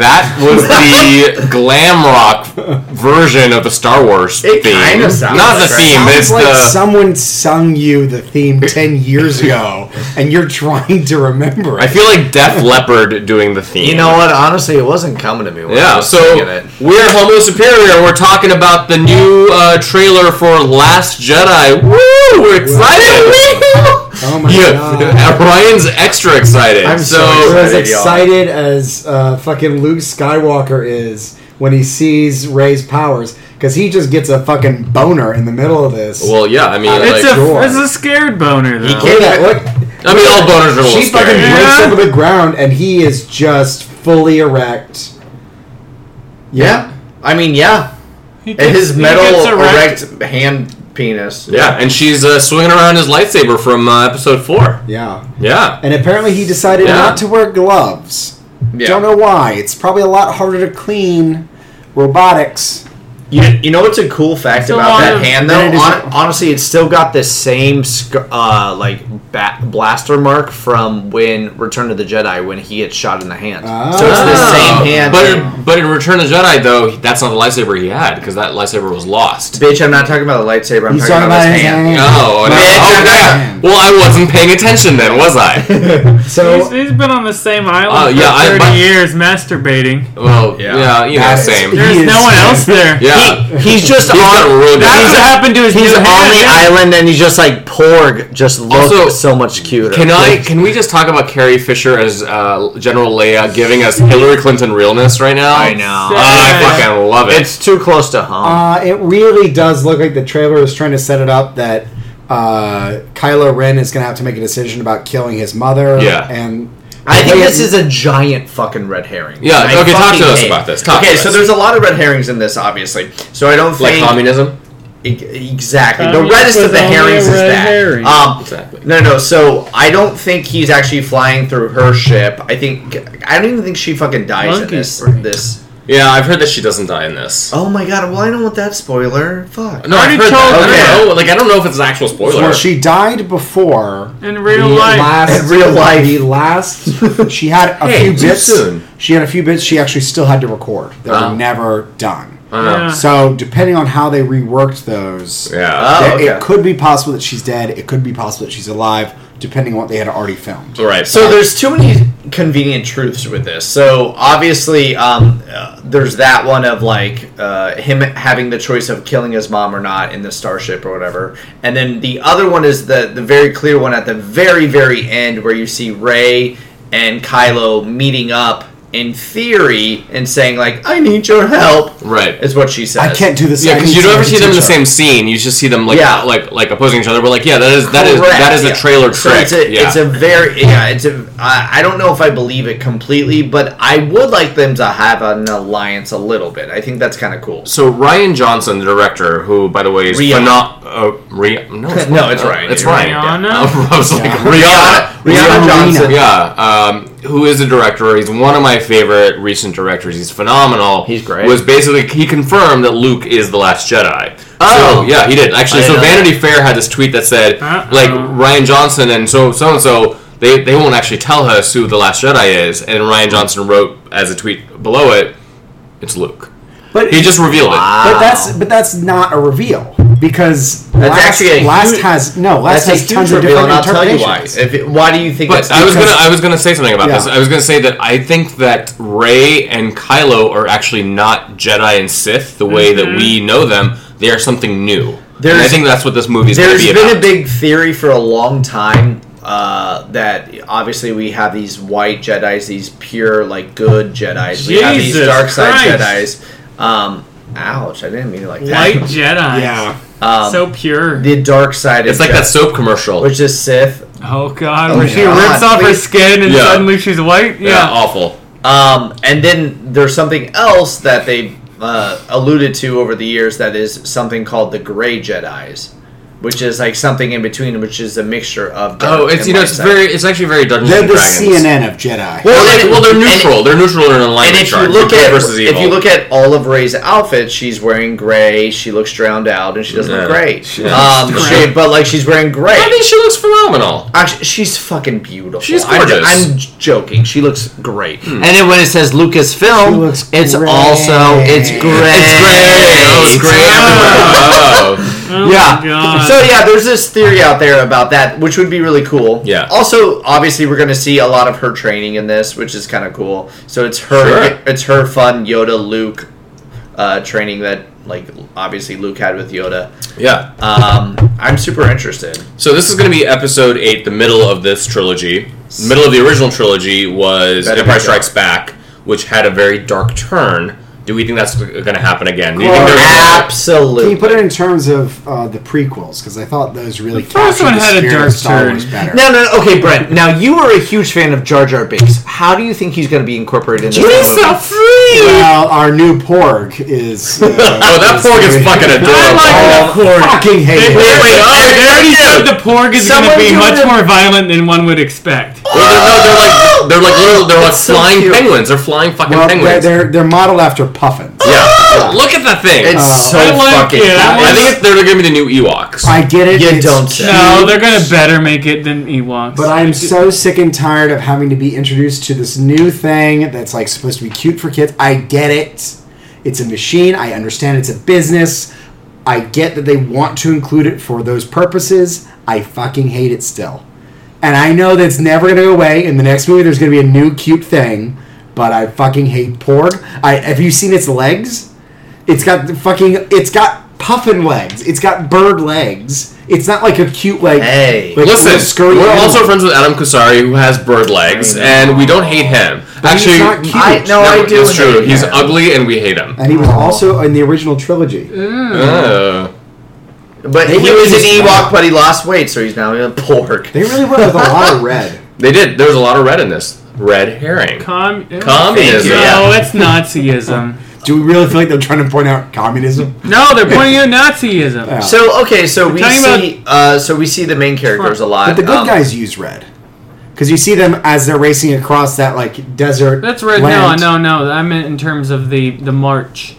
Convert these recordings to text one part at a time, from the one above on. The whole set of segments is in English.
That was the glam rock version of the Star Wars It theme. kinda sounds Not like the it. theme, but it's It's like the someone sung you the theme 10 years ago and you're trying to remember it. I feel like Def Leppard doing the theme. You know what? Honestly, it wasn't coming to me. When I Yeah, was so thinking it. we're Homo Superior. and We're talking about the new uh, trailer for Last Jedi. Woo! We're excited. Oh my yeah, god. Ryan's extra excited. I'm so, so, we're as excited, y'all. excited as uh, fucking Luke Skywalker is when he sees Ray's powers because he just gets a fucking boner in the middle of this. well, yeah. I mean, It's like, sure. a it's a scared boner though. can't- Look at that, look. I mean, all boners are a little She fucking scary. breaks Yeah. over the ground and he is just fully erect. Yeah. I mean, yeah. He And gets- his he metal gets erect. hand penis. Yeah, and she's uh, swinging around his lightsaber from uh, episode four. Yeah. Yeah. And apparently he decided Yeah. not to wear gloves. Yeah. Don't know why. It's probably a lot harder to clean robotics. You, you know what's a cool fact Still about that on- hand though? Then it is- Hon- honestly, it's still got the same sc- uh, like ba- blaster mark from when Return of the Jedi when he gets shot in the hand. So it's the Ah. same hand. But in, but in Return of the Jedi, though, that's not the lightsaber he had because that lightsaber was lost. bitch, I'm not talking about the lightsaber. I'm He's talking about his hand. Oh, and I- Bitch, oh, I'm not- yeah. well, I wasn't paying attention then, was I? So He's, he's been on the same island Oh, yeah, I- for 30 my- years masturbating. Well, Yeah. yeah, you know, That's- same. He There's is- no one else there. Yeah. He, he's just He's got a on. real good That's he's- what happened to his He's new on hand, the yeah. island and he's just like Porg. Just looks Also, so much cuter. Can I? Can we just talk about Carrie Fisher as uh, General Leia giving us Hillary Clinton realness right now? I know. Oh, I fucking love it. It's too close to home. uh, it really does look like the trailer is trying to set it up that uh, Kylo Ren is going to have to make a decision about killing his mother. Yeah. And I think this Leia- is a giant fucking red herring. Yeah, I okay, talk fucking to us hate. about this. Talk okay, to so us. there's a lot of red herrings in this, obviously. So I don't like think communism. E- exactly the Communist reddest of was the only a herrings is red that. herring. Um, Exactly. No, no. So I don't think he's actually flying through her ship. I think I don't even think she fucking dies Monkey in this. brain. This. Yeah, I've heard that she doesn't die in this. Oh my god! Well, I don't want that spoiler. Fuck. No, I've already heard that. told I you. don't know. Like, I don't know if it's an actual spoiler. Well, she died before. In the real life. Last, In real life. The last. She had a Hey, few too bits. soon. She had a few bits she actually still had to record that Oh. were never done. I don't know. Yeah. So depending on how they reworked those, Yeah. Uh, Oh, that okay. it could be possible that she's dead. It could be possible that she's alive, depending on what they had already filmed. right. So there's too many convenient truths with this. So obviously, um, uh, there's that one of like uh, him having the choice of killing his mom or not in the starship or whatever, and then the other one is the the very clear one at the very very end where you see Ray and Kylo meeting up in theory and saying like, "I need your help," right. is what she says. I can't do this. Yeah, I because need you don't ever somebody see to them in the teach her. same scene. You just see them like Yeah. like like opposing each other. But like, yeah, that is that is Correct, that is a yeah. trailer So trick. It's a, yeah. it's a very yeah. It's a. I, I don't know if I believe it completely, but I would like them to have an alliance a little bit. I think that's kind of cool. So Ryan Johnson, the director, who by the way is Rihanna. phenomenal. Uh, Rhea- no, it's No, Ryan. it's Ryan. It's You're Ryan. right. Yeah. Rihanna? I was like Yeah. Rihanna. Rihanna Rihanna. Johnson. Yeah, um, who is a director? He's one of my favorite recent directors. He's phenomenal. He's great. Was basically he confirmed that Luke is the last Jedi. Oh. so, yeah, he did actually. I So didn't know Vanity Fair had this tweet that said Uh-oh. like Ryan Johnson and so so and so. They, they won't actually tell us who the last Jedi is, and Ryan Johnson wrote as a tweet below it, "It's Luke." But He just revealed it. But that's but that's not a reveal because last, actually a last huge- has no That's last a has huge tons of reveal, and different I'll tell you why. interpretations. If it- why do you think? But it's I was because- gonna I was gonna say something about Yeah. this. I was gonna say that I think that Rey and Kylo are actually not Jedi and Sith the way that we know them. They are something new. and I There's- think that's what this movie's gonna There's be been a about. big theory for a long time uh, that obviously we have these white Jedi's, these pure like good Jedi's. We have these Jesus dark side Christ. Jedi's. Um, ouch! I didn't mean it like that. White Jedi. yeah, Um, so pure. the dark side. it's is like Jedi, that soap commercial. which is Sith. oh god, Oh, when she God, rips off her please. skin and Yeah. suddenly she's white. yeah. Yeah. awful. Um, and then there's something else that they uh, alluded to over the years that is something called the Gray Jedi's, which is like something in between, which is a mixture of dark Oh, it's and you know light it's side. very it's actually very Dungeons They're and the Dragons. CNN of Jedi. Well, Well, they, and- well, they're and- neutral. they're neutral in alignment And if you charts. look good at versus evil. if you look at all of Ray's outfits, she's wearing gray. She looks drowned out, and she doesn't look Yeah. great. She does. um, Correct. she, but like she's wearing gray. I think she looks phenomenal. Actually, she's fucking beautiful. She's I'm j- gorgeous. Hmm. I'm, j- joking. She looks great. And then when it says She Lucasfilm, looks it's great. also it's It's great. Oh, it's great everywhere. Oh. Oh my yeah. God. So yeah, there's this theory out there about that, which would be really cool. Yeah. Also, obviously, we're gonna see a lot of her training in this, which is kind of cool. So it's her, Sure. it's her fun Yoda Luke uh, training that, like, obviously Luke had with Yoda. Yeah. Um, I'm super interested. So this is going to be episode eight, the middle of this trilogy. The middle of the original trilogy was Better Empire be dark. Strikes Back, which had a very dark turn. Do we think that's going to happen again? Do you think Course. they're gonna- Absolutely. Can you put it in terms of uh, the prequels? Because I thought those really first captured one the had a spirit dark of Star Wars turn. better. No, no, no, okay, Brent. Now you are a huge fan of Jar Jar Binks. How do you think he's going to be incorporated in this He's movie? so free. Well, our new Porg is. Uh, Oh, that pork is fucking I adorable. like the porg. fucking They, hate they- it. wait, oh, they already dude. showed the porg is going Someone to be do much the- more violent than one would expect. Well, they're, they're like they're like little they're like That's so flying cute. penguins. They're flying fucking Well, they're, penguins. they're they're modeled after puffins. yeah. Look at that thing. It's Uh, so I like fucking. it. I cool. I think it's, they're gonna be the new Ewoks. I get it. You it's don't say. cute, No, they're going to better make it than Ewoks. But I'm so sick and tired of having to be introduced to this new thing that's like supposed to be cute for kids. I get it. It's a machine. I understand it's a business. I get that they want to include it for those purposes. I fucking hate it still. And I know that's never going to go away. In the next movie, there's going to be a new cute thing. But I fucking hate Porg. I, have you seen its legs? It's got the fucking. It's got puffin legs. It's got bird legs. It's not like a cute like. Hey. like, Listen, little scurry we're animal. also friends with Adam Kusari, who has bird legs, I know. and we don't hate him. he's Actually, not cute. I no, I do. That's true. hate He's him. ugly, and we hate him. And he was also in the original trilogy. Uh, But he They really was an just- Ewok, but he lost weight, so he's now a pork. They really went with a lot of red. they did. There was a lot of red in this. Red herring. Com- Communism. No, it's Nazism. Do we really feel like they're trying to point out communism? No, they're pointing at Nazism. Yeah. So okay, so we talking see, uh, so we see the main characters a lot. But the good Um, guys use red. Because you see them as they're racing across that like desert. That's red. land. No, no, no. I meant in terms of the the march.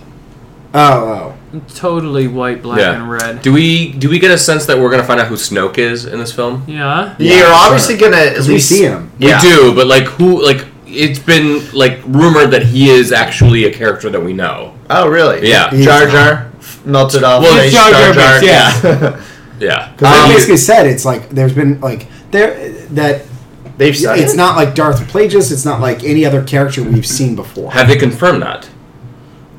Oh, Totally white, black, Yeah. and red. Do we do we get a sense that we're gonna find out who Snoke is in this film? Yeah. you're Yeah, obviously sure. gonna at oh. We least see him. Yeah. We do, but like who? Like it's been like rumored that he is actually a character that we know. Oh, really? Yeah. He's Jar not. Jar melted off. Well, face, Jar Jar Binks, Yeah, Yeah. Because Um, they basically said it's like there's been like there that they've studied. it's not like Darth Plagueis. It's not like any other character we've seen before. Have they confirmed that?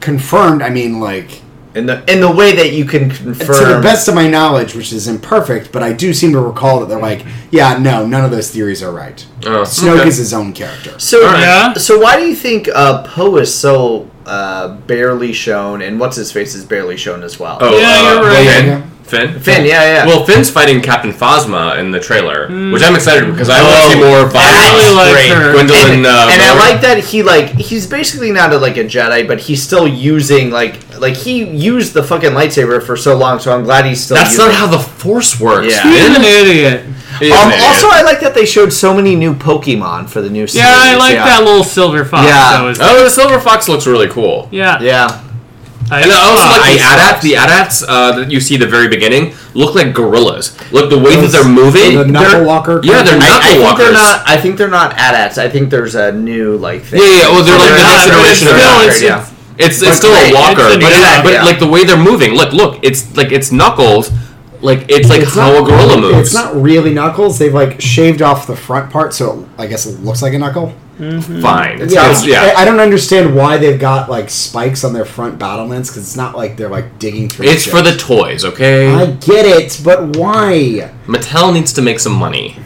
Confirmed. I mean, like in the in the way that you can confirm. to the best of my knowledge, which is imperfect, but I do seem to recall that they're like, yeah, no, none of those theories are right. Oh, Snoke okay. is his own character. So, All right. Yeah. so why do you think uh, Poe is so uh, barely shown, and what's his face is barely shown as well? Oh, Yeah, uh, you're right. Yeah. Finn. Finn. Finn, yeah, yeah. Well, Finn's fighting Captain Phasma in the trailer, which I'm excited because I want Oh, to see more of that's Phasma. like great. her. Gwendolyn, and, uh, and I Miller. like that he like he's basically not a, like a Jedi, but he's still using like like he used the fucking lightsaber for so long. So I'm glad he's still. That's using not it. how the Force works. Yeah. Finn. He's an idiot. He is Um, an idiot. also, I like that they showed so many new Pokemon for the new. Series. Yeah, I like that little silver fox. Yeah. That was, oh, the Silver Fox looks really cool. yeah. Yeah, I, And I also oh, like Ah, the I- AT-ATs. The AT-ATs uh, that you see at the very beginning look like gorillas. Look the way Those- that they're moving. the knuckle they're- walker Yeah, they're kind I, knuckle I think walkers. they're not. I think they're not AT-ATs. I think there's a new like thing. Yeah, yeah, well, they're like the not- next but iteration of still, that. it's- Yeah. It's, it's But still great. a walker, It's an but, it's- exact, but yeah. like the way they're moving, look, look, it's like it's knuckles, like it's like It's how not- a gorilla moves. It's not really knuckles. They've like shaved off the front part, so I guess it looks like a knuckle. fine. It's Yeah, it's- yeah. I, I don't understand why they've got like spikes on their front battlements because it's not like they're like digging through. It's shit. for the toys, okay? I get it, but why? Mattel needs to make some money.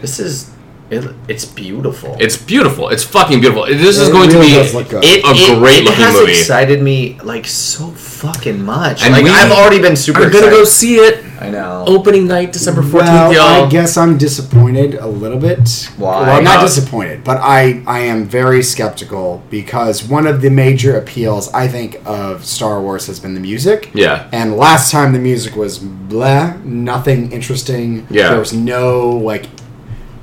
This is It, it's beautiful. It's beautiful. It's fucking beautiful. This is It going really does to look be good. a great looking has movie. excited me like so fucking much. And like we I've already been super I'm excited. gonna go Oh, see it I know. opening night, December fourteenth, Well, y'all. I guess I'm disappointed a little bit. Why? Well, I'm not Uh, disappointed, but I, I am very skeptical because one of the major appeals I think of Star Wars has been the music. Yeah. And last time the music was blah, nothing interesting. Yeah. There was no like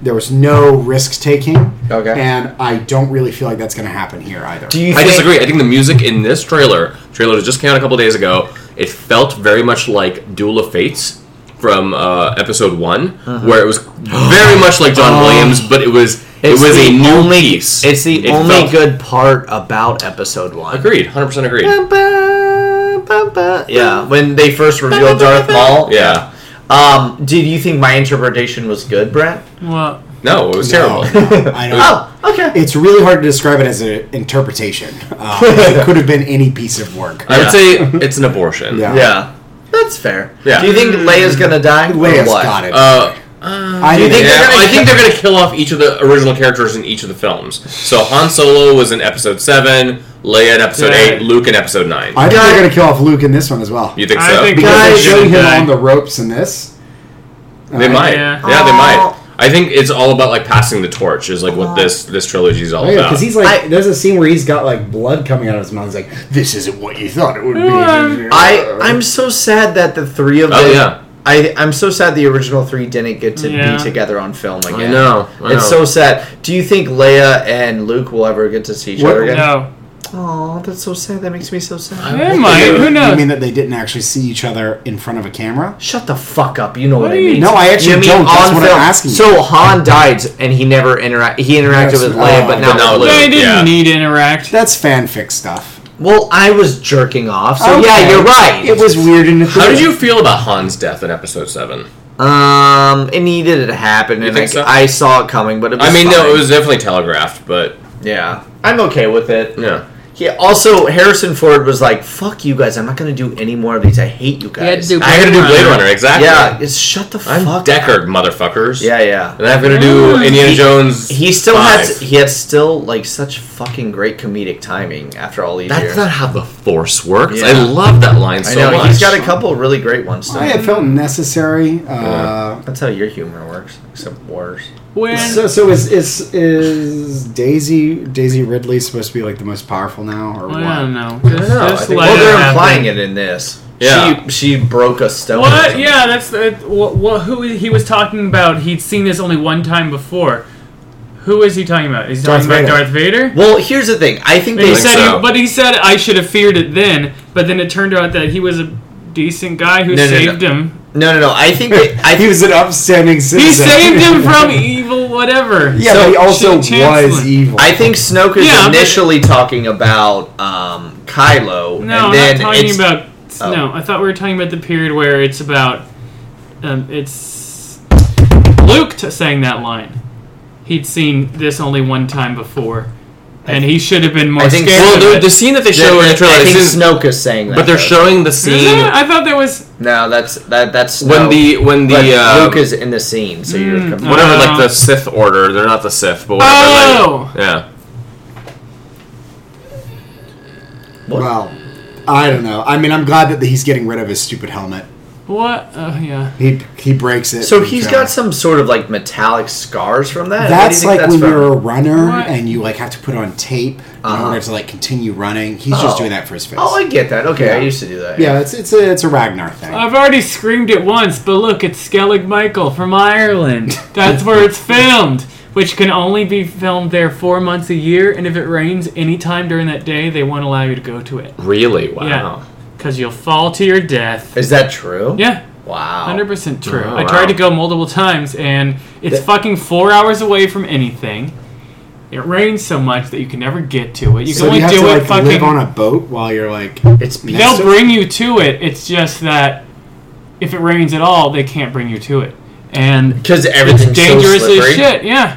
there was no risk taking. Okay. And I don't really feel like that's gonna happen here either. Do you? I think- disagree. I think the music in this trailer, trailer that just came out a couple days ago, it felt very much like Duel of Fates from uh, episode one, where it was very much like John Williams, but it was it It's was a the new only- piece. It's the It only felt- good part about episode one. Agreed, hundred percent agreed. Yeah, when they first revealed Darth Maul. Yeah. Um, did you think my interpretation was good, Brent? Well, No, it was No, terrible. no, I don't Oh, okay. It's really hard to describe it as an interpretation. Um, it could have been any piece of work. I Yeah. would say it's an abortion. Yeah. Yeah, that's fair. Yeah. Do you think Leia's gonna die? or Leia's what? got it. Uh, I do you think think- yeah, they're gonna I think they're going to kill off each of the original characters in each of the films. So Han Solo was in episode seven, Leia in episode Yeah. eight, Luke in episode nine. I think they're going to kill off Luke in this one as well. you think I so? think because Guys, they showed him okay. on the ropes in this. They Uh, might. Yeah. Yeah, they Aw. might. I think it's all about like passing the torch is like what Uh-huh. this this trilogy is all Oh yeah, about. because he's like, I- there's a scene where he's got like blood coming out of his mouth. He's like, "This isn't what you thought it would be." Yeah. Uh, I I'm so sad that the three of them. uh, Oh, yeah. I I'm so sad the original three didn't get to Yeah. be together on film again. I know. I It's know. so sad. Do you think Leia and Luke will ever get to see each What- other again? no. Oh, that's so sad. That makes me so sad. Never mind. Who You knows? mean that they didn't actually see each other in front of a camera? Shut the fuck up. You know what, What I do you- mean. No, I actually You mean don't. That's on what I'm film. asking you. So Han died, and he never interact. He interacted Yes, with Leia, but uh, now but now with Luke. Luke. they didn't yeah. need to interact. That's fanfic stuff. Well, I was jerking off. So yeah, Okay. you're right. It was weird in the. How did you feel about Han's death in episode seven? Um, it needed to happen, and I, think so? I saw it coming. But it was I mean, no, fine. it was definitely telegraphed, but yeah. I'm okay with it. yeah. Yeah. Also, Harrison Ford was like, "Fuck you guys! I'm not gonna do any more of these. I hate you had guys." to do I gotta do Blade Runner exactly. yeah. It's shut the I'm fuck Deckard, up. motherfuckers. Yeah, yeah. and I'm gonna do Yeah. Indiana He- Jones. He still five. has he had still like such fucking great comedic timing after all these That's years. not how the Force works. I Yeah. love that line I so know much. Oh, he's got a couple really great ones. Still. I felt necessary. Uh, That's how your humor works, except worse. When So, so is is is Daisy Daisy Ridley supposed to be like the most powerful now, or what? I don't know. I Just, know, I just think- let well, it they're happen. implying it in this. Yeah. She she broke a stone. or What? something. Yeah, that's the, what, what. Who he was talking about? He'd seen this only one time before. Who is he talking about? Is he Darth talking Vader. about Darth Vader? Well, here's the thing. I think But he they think said, so. he, but he said I should have feared it then. But then it turned out that he was a decent guy who No, no, no. saved him. no, no, no. I think they, I He think was an upstanding He citizen. saved him from evil, whatever. Yeah, So, but he also Ch- Chancellor. was evil. I think Snoke is Yeah, but- initially talking about um, Kylo, No, and I'm then not talking it's about. Oh. No, I thought we were talking about the period where it's about. Um, it's Luke t- saying that line. He'd seen this only one time before, and he should have been more I think- scared. Well, of the, it. the scene that they Then show in the trailer, I think is Snoke is saying that, but they're though. showing the Is scene that? I thought that was no. That's that. That's when Snoke. the when the But uh, Luke is in the scene, so you're Mm, confused. whatever Uh, like the Sith order. They're not the Sith, but whatever. Oh! Like, yeah. Well, I don't know. I mean, I'm glad that he's getting rid of his stupid helmet. what? Oh yeah. He he breaks it. So in the he's trailer. got some sort of like metallic scars from that. Where do you That's think like when from? you're a runner What? and you like have to put on tape in Uh-huh. order to like continue running. He's Oh. just doing that for his face. Oh, I get that. Okay, I Yeah. used to do that. yeah, it's it's a it's a Ragnar thing. I've already screamed it once, but look, it's Skellig Michael from Ireland. That's where it's filmed, which can only be filmed there four months a year, and if it rains any time during that day, they won't allow you to go to it. Really? Wow. Yeah. Because you'll fall to your death. Is that true? Yeah, Wow. 100% true. Oh, I tried wow. to go multiple times, and it's fucking four hours away from anything. It rains so much that you can never get to it. You so can you only have do to it like live fucking. on a boat while you're like. It's beautiful. They'll So- bring you to it. It's just that if it rains at all, they can't bring you to it, and Because it's everything's dangerous so as slippery. shit. Yeah,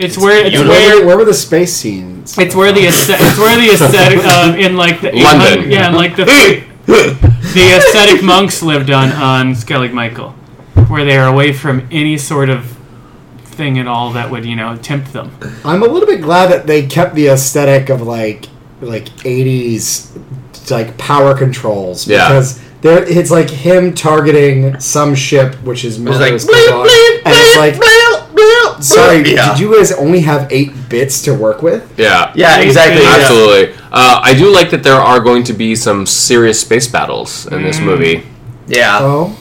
it's, where it's Where, where where were the space scenes? it's where the aesthetic, it's where the aesthetic um, in like the 800 London. yeah, in like the the ascetic monks lived on on Skellig Michael, where they are away from any sort of anything at all that would you know tempt them. I'm a little bit glad that they kept the aesthetic of like like 80s like power controls Yeah. because there it's like him targeting some ship which is It's like Mother's bleep, Dog, bleep, and it's like bleep, bleep, bleep. sorry Yeah. did you guys only have 8 bits to work with Yeah. yeah, exactly. Yeah. Absolutely. Uh, I do like that there are going to be some serious space battles in Mm. this movie. Yeah. oh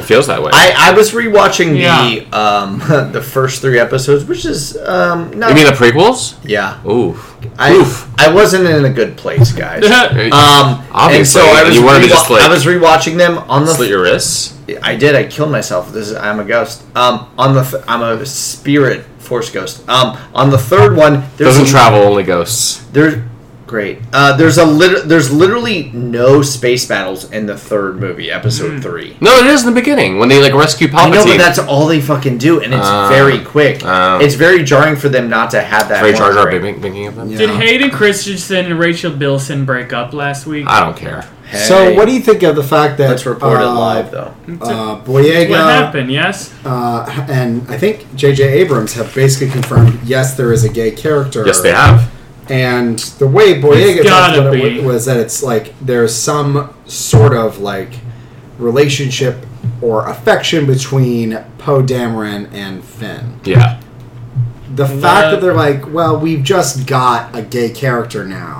It feels that way. I, I was rewatching Yeah. the um, the first three episodes, which is um, not you mean the prequels? yeah. Ooh. I, I wasn't in a good place, guys. um, and Obviously, so I and was you wanted to rewa- just, like- I was rewatching them on the Slit your wrists. I did. I killed myself. This is I'm a ghost. Um, on the th- I'm a spirit force ghost. Um, on the third one, there's Doesn't a, travel, only ghosts. There's great. Uh, there's a lit- there's literally no space battles in the third movie, episode three. No, it is in the beginning when they like rescue Palpatine. I know, but that's all they fucking do, and it's Oh. very quick. Oh. it's very jarring for them not to have that. Ray one Jar Jar break. big- thinking of them. Yeah. Did Hayden Christensen and Rachel Bilson break up last week? I don't care. so Hey, what do you think of the fact that Let's report it uh, live, though. uh, what Boyega happened? Yes. uh, and I think J.J. Abrams have basically confirmed yes there is a gay character Yes, they have. And the way Boyega It's talked about gotta it be. wa- was that it's like there's some sort of like relationship or affection between Poe Dameron and Finn. Yeah. The fact that they're like, well, we've just got a gay character now.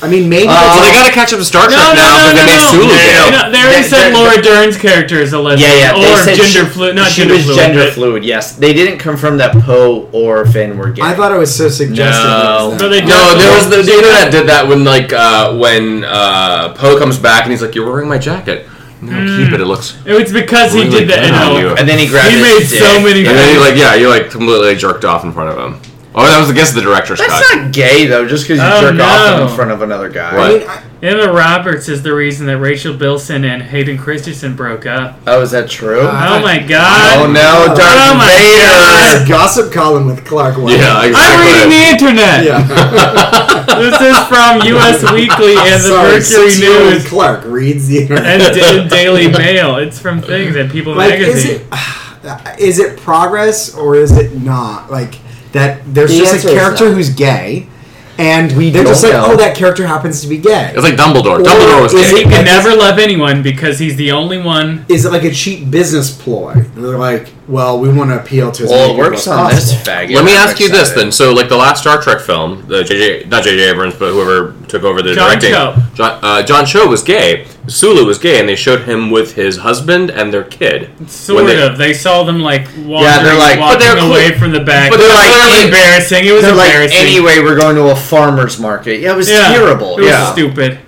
I mean, maybe well, they it's- gotta catch up to Star Trek Uh, No, no, now no, because no, they made no. Sulu gay. No, they already They- said they- Laura Dern's character is a lesbian. Yeah, yeah. They Or said gender she, fluid. Not she gender was fluid. gender but- fluid. Yes, they didn't confirm that Poe or Finn were gay. I thought it was so suggestive. No. that No, they No, there was the, the internet did that when like uh, when uh, Poe comes back and he's like, "You're wearing my jacket." No, Hmm. keep it. It looks. It was because he Really did the good on NO. you. and then he grabbed. He his made dick. so many. And then you're like, "Yeah, you're like completely jerked off in front of him." Oh, that was against the director's cut. That's not gay though, just because you Oh, jerk off no. in front of another guy. What? I mean, I, Emma Roberts is the reason that Rachel Bilson and Hayden Christensen broke up. Oh, is that true? Uh, Oh my oh god. no, Darth Oh, my Vader! I- gossip column with Clark White. yeah, exactly. I'm reading the internet. Yeah. This is from U.S. Weekly and the Sorry, Mercury six-year-old News Clark reads the internet. and Da- Daily Mail. It's from things and People like Magazine. is it is it progress or is it not like that there's The just answer a is character no. who's gay and we they're just don't like know. oh that character happens to be gay It's like Dumbledore. Dumbledore was is gay. he can like never love anyone because he's the only one. is it like a cheap business ploy they're like well we want to appeal to as Well, many it people works as on this possible. faggot. Let me I'm ask you this excited. then. So, like the last Star Trek film, the JJ, not JJ Abrams, but whoever took over the John directing, Cho. John, uh, John Cho was gay. Sulu was gay, and they showed him with his husband and their kid. Sort When they- of. They saw them like wandering, they're like- but walking they're cl- away from the back. but they're like- It was they're like- embarrassing. It was They're like, embarrassing. anyway, we're going to a farmer's market. Yeah, it was Yeah. terrible. It was yeah. stupid.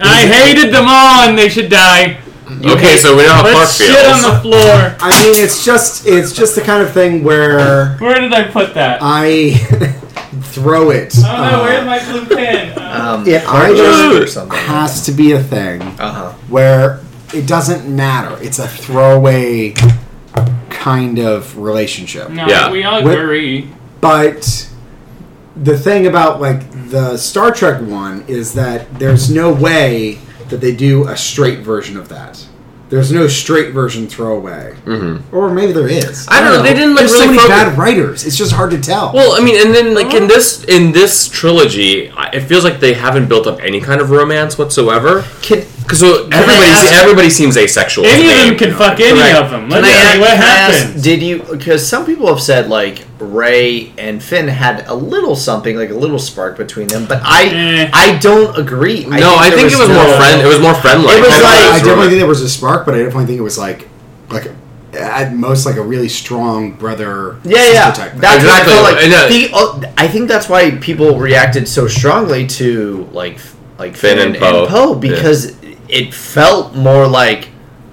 I hated them all, and they should die. okay, so we Oh, know how Clark Let's shit on feels. the floor. I mean it's just it's just the kind of thing where Where did I put that? I I throw it don't know. uh, Where's my blue pen? Uh, Um, Yeah, I farmers just- or something. has to be a thing Uh-huh. where it doesn't matter. It's a throwaway kind of relationship. no, yeah. we all Where- agree. But the thing about like the Star Trek one is that there's no way that they do a straight version of that. There's no straight version throwaway, mm-hmm. or maybe there is. I don't know, they didn't, like, There's so really many focus- bad writers. It's just hard to tell. Well, I mean, and then like in this in this trilogy, I- it feels like they haven't built up any kind of romance whatsoever. Can, Because everybody ask- everybody seems asexual. Any to of me. them can fuck any Correct. of them. can Let's I see ask, what can I ask, happens. did you? Because some people have said like Ray and Finn had a little something, like a little spark between them, but I, Eh. I don't agree. No, I there think it was no- more friend. It was more friendly. It was Kind of like- it was I definitely romantic. think there was a spark, but I definitely think it was like, like at most like a really strong brother. Yeah, yeah. sister Type That's Exactly. What I, felt like. And, uh, The- oh, I think that's why people reacted so strongly to like f- like Finn, Finn and, and Poe. Poe because it felt more like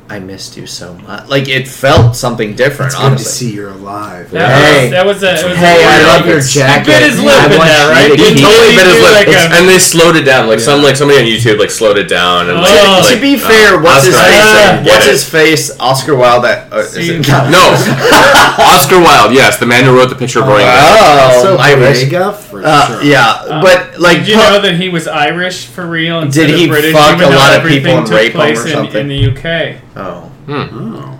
I missed you so much. Like it felt something different. It's good to honestly, see you're alive. That, Hey. was, that was a. It was hey, a I weird- love your It's- jacket. bit his lip I in want that, you right? to He keep- totally Totally They bit as do, lip. like, It's- a- and they slowed it down. Like some, like somebody on YouTube, like slowed it down. And like, Oh. like, to be uh, fair, what's his Oscar face? Isaac, Yeah. get What's it. his face? Oscar Wilde. That uh, is it? See. No, Oscar Wilde. Yes, the man who wrote the picture of Boring. Oh, so I wish. Boyega, for Uh, sure. Yeah, but like, Did you Poe- know that he was Irish for real instead Did he of British? fuck even a though lot of everything people and took rape 'em place Oh. or in, something? in the UK. oh, Oh.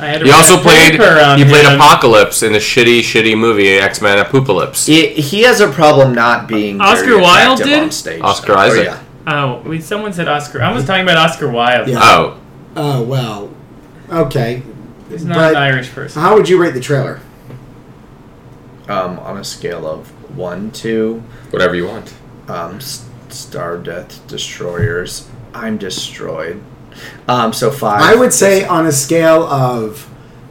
I had to He write also a played. paper on He played him. Apocalypse in the shitty, shitty movie X Men Apocalypse. He, he has a problem not being Oscar very Wilde attractive did? on stage. Oscar though. Oh, Isaac. yeah. Oh, wait, someone said Oscar. I was talking about Oscar Wilde. Yeah. Oh, Oh well. Okay. He's not But- an Irish person. How would you rate the trailer? Um, on a scale of one to whatever you want. um, S- Star Death Destroyers, I'm destroyed. Um, so five. I would say on a scale of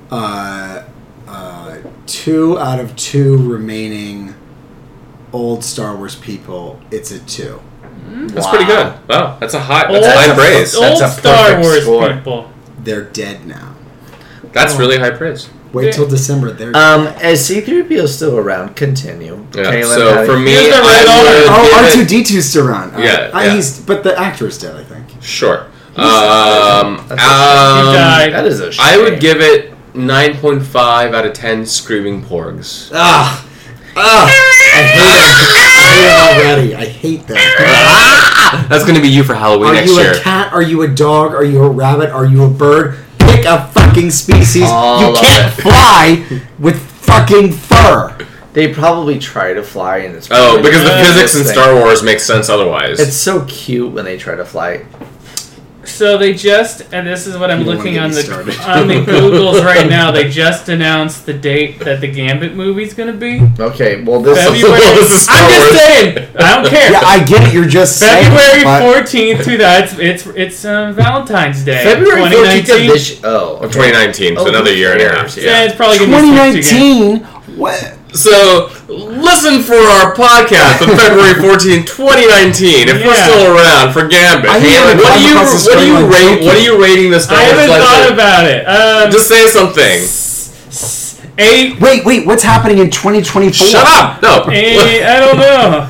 uh, uh, two out of two remaining old Star Wars people, it's a two. That's Wow. pretty good. Wow, that's a high. Old- That's high That's a- praise. that's Old a Star perfect Wars score. people. They're dead now. That's really high praise. Wait till December. They're Um, as C3PO is still around, continue. Yeah. Kalen, how so do for you- me, Here's the I red would oh, give R it- two D 2s still around. Uh, Yeah, I- yeah. he's- but the actor's dead. I think. Sure. Um, That's- that's- um, died. that is a shame. I would give it 9.5 out of 10 screaming porgs. Ah, ah! I hate it. I hate it already. I hate that. That's going to be you for Halloween Are next you year. a cat? Are you a dog? Are you a rabbit? Are you a bird? Pick a fucking species. All you of can't it. fly with fucking fur. They probably try to fly, and it's oh, probably because the Yeah. physics in thing. Star Wars makes sense otherwise. It's so cute when they try to fly. So they just, and this is what I'm You don't looking wanna on the get me started. on the Googles right now. They just announced the date that the Gambit movie's gonna be. Okay, well this Well, February- this is Star I'm just Wars. saying. I don't care. Yeah, I get it. You're just saying, February but- 14th to that. It's it's, it's um, Valentine's Day. February 14th of 2019. this. Oh, okay. 2019, so Oh, another year and a half. years, Yeah, it's probably gonna be slipped again. 2019. What? So listen for our podcast on February 14, 2019. If we're Yeah. still around for Gambit, I haven't Gambit, what gone do you across the what do you storyline rate? thinking. What are you rating this? Star I Wars haven't thought Legend? about it. Um, uh, Just say something. s- s- eight. Wait, wait. What's happening in 2024? Shut up! No. eight I don't know.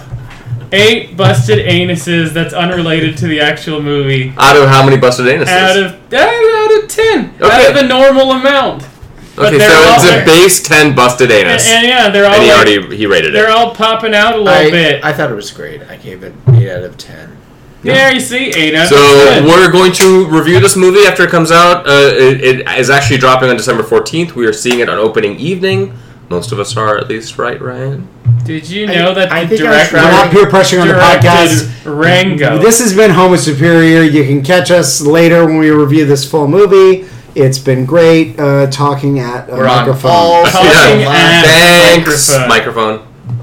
Eight busted anuses. That's unrelated to the actual movie. out of how many busted anuses? Out of uh, out of ten. Out Okay. of the normal amount. but okay, they're so all it's a there. base 10 busted And, anus. and yeah, they're all and he like- already he rated they're it. all popping out a little I, bit. I thought it was great. I gave it eight out of ten. there you see, eight out of So ten. we're going to review this movie after it comes out. Uh, it, it is actually dropping on December 14th. We are seeing it on opening evening. Most of us are, at least, right, Ryan? Did you I- know that I the think I was director We're trying- not peer pressuring on the directed podcast. Rango? This has been Homo Superior. You can catch us later when we review this full movie. It's been great uh, talking at a We're on microphone. all- Talking Yeah. at Thanks, microphone. microphone.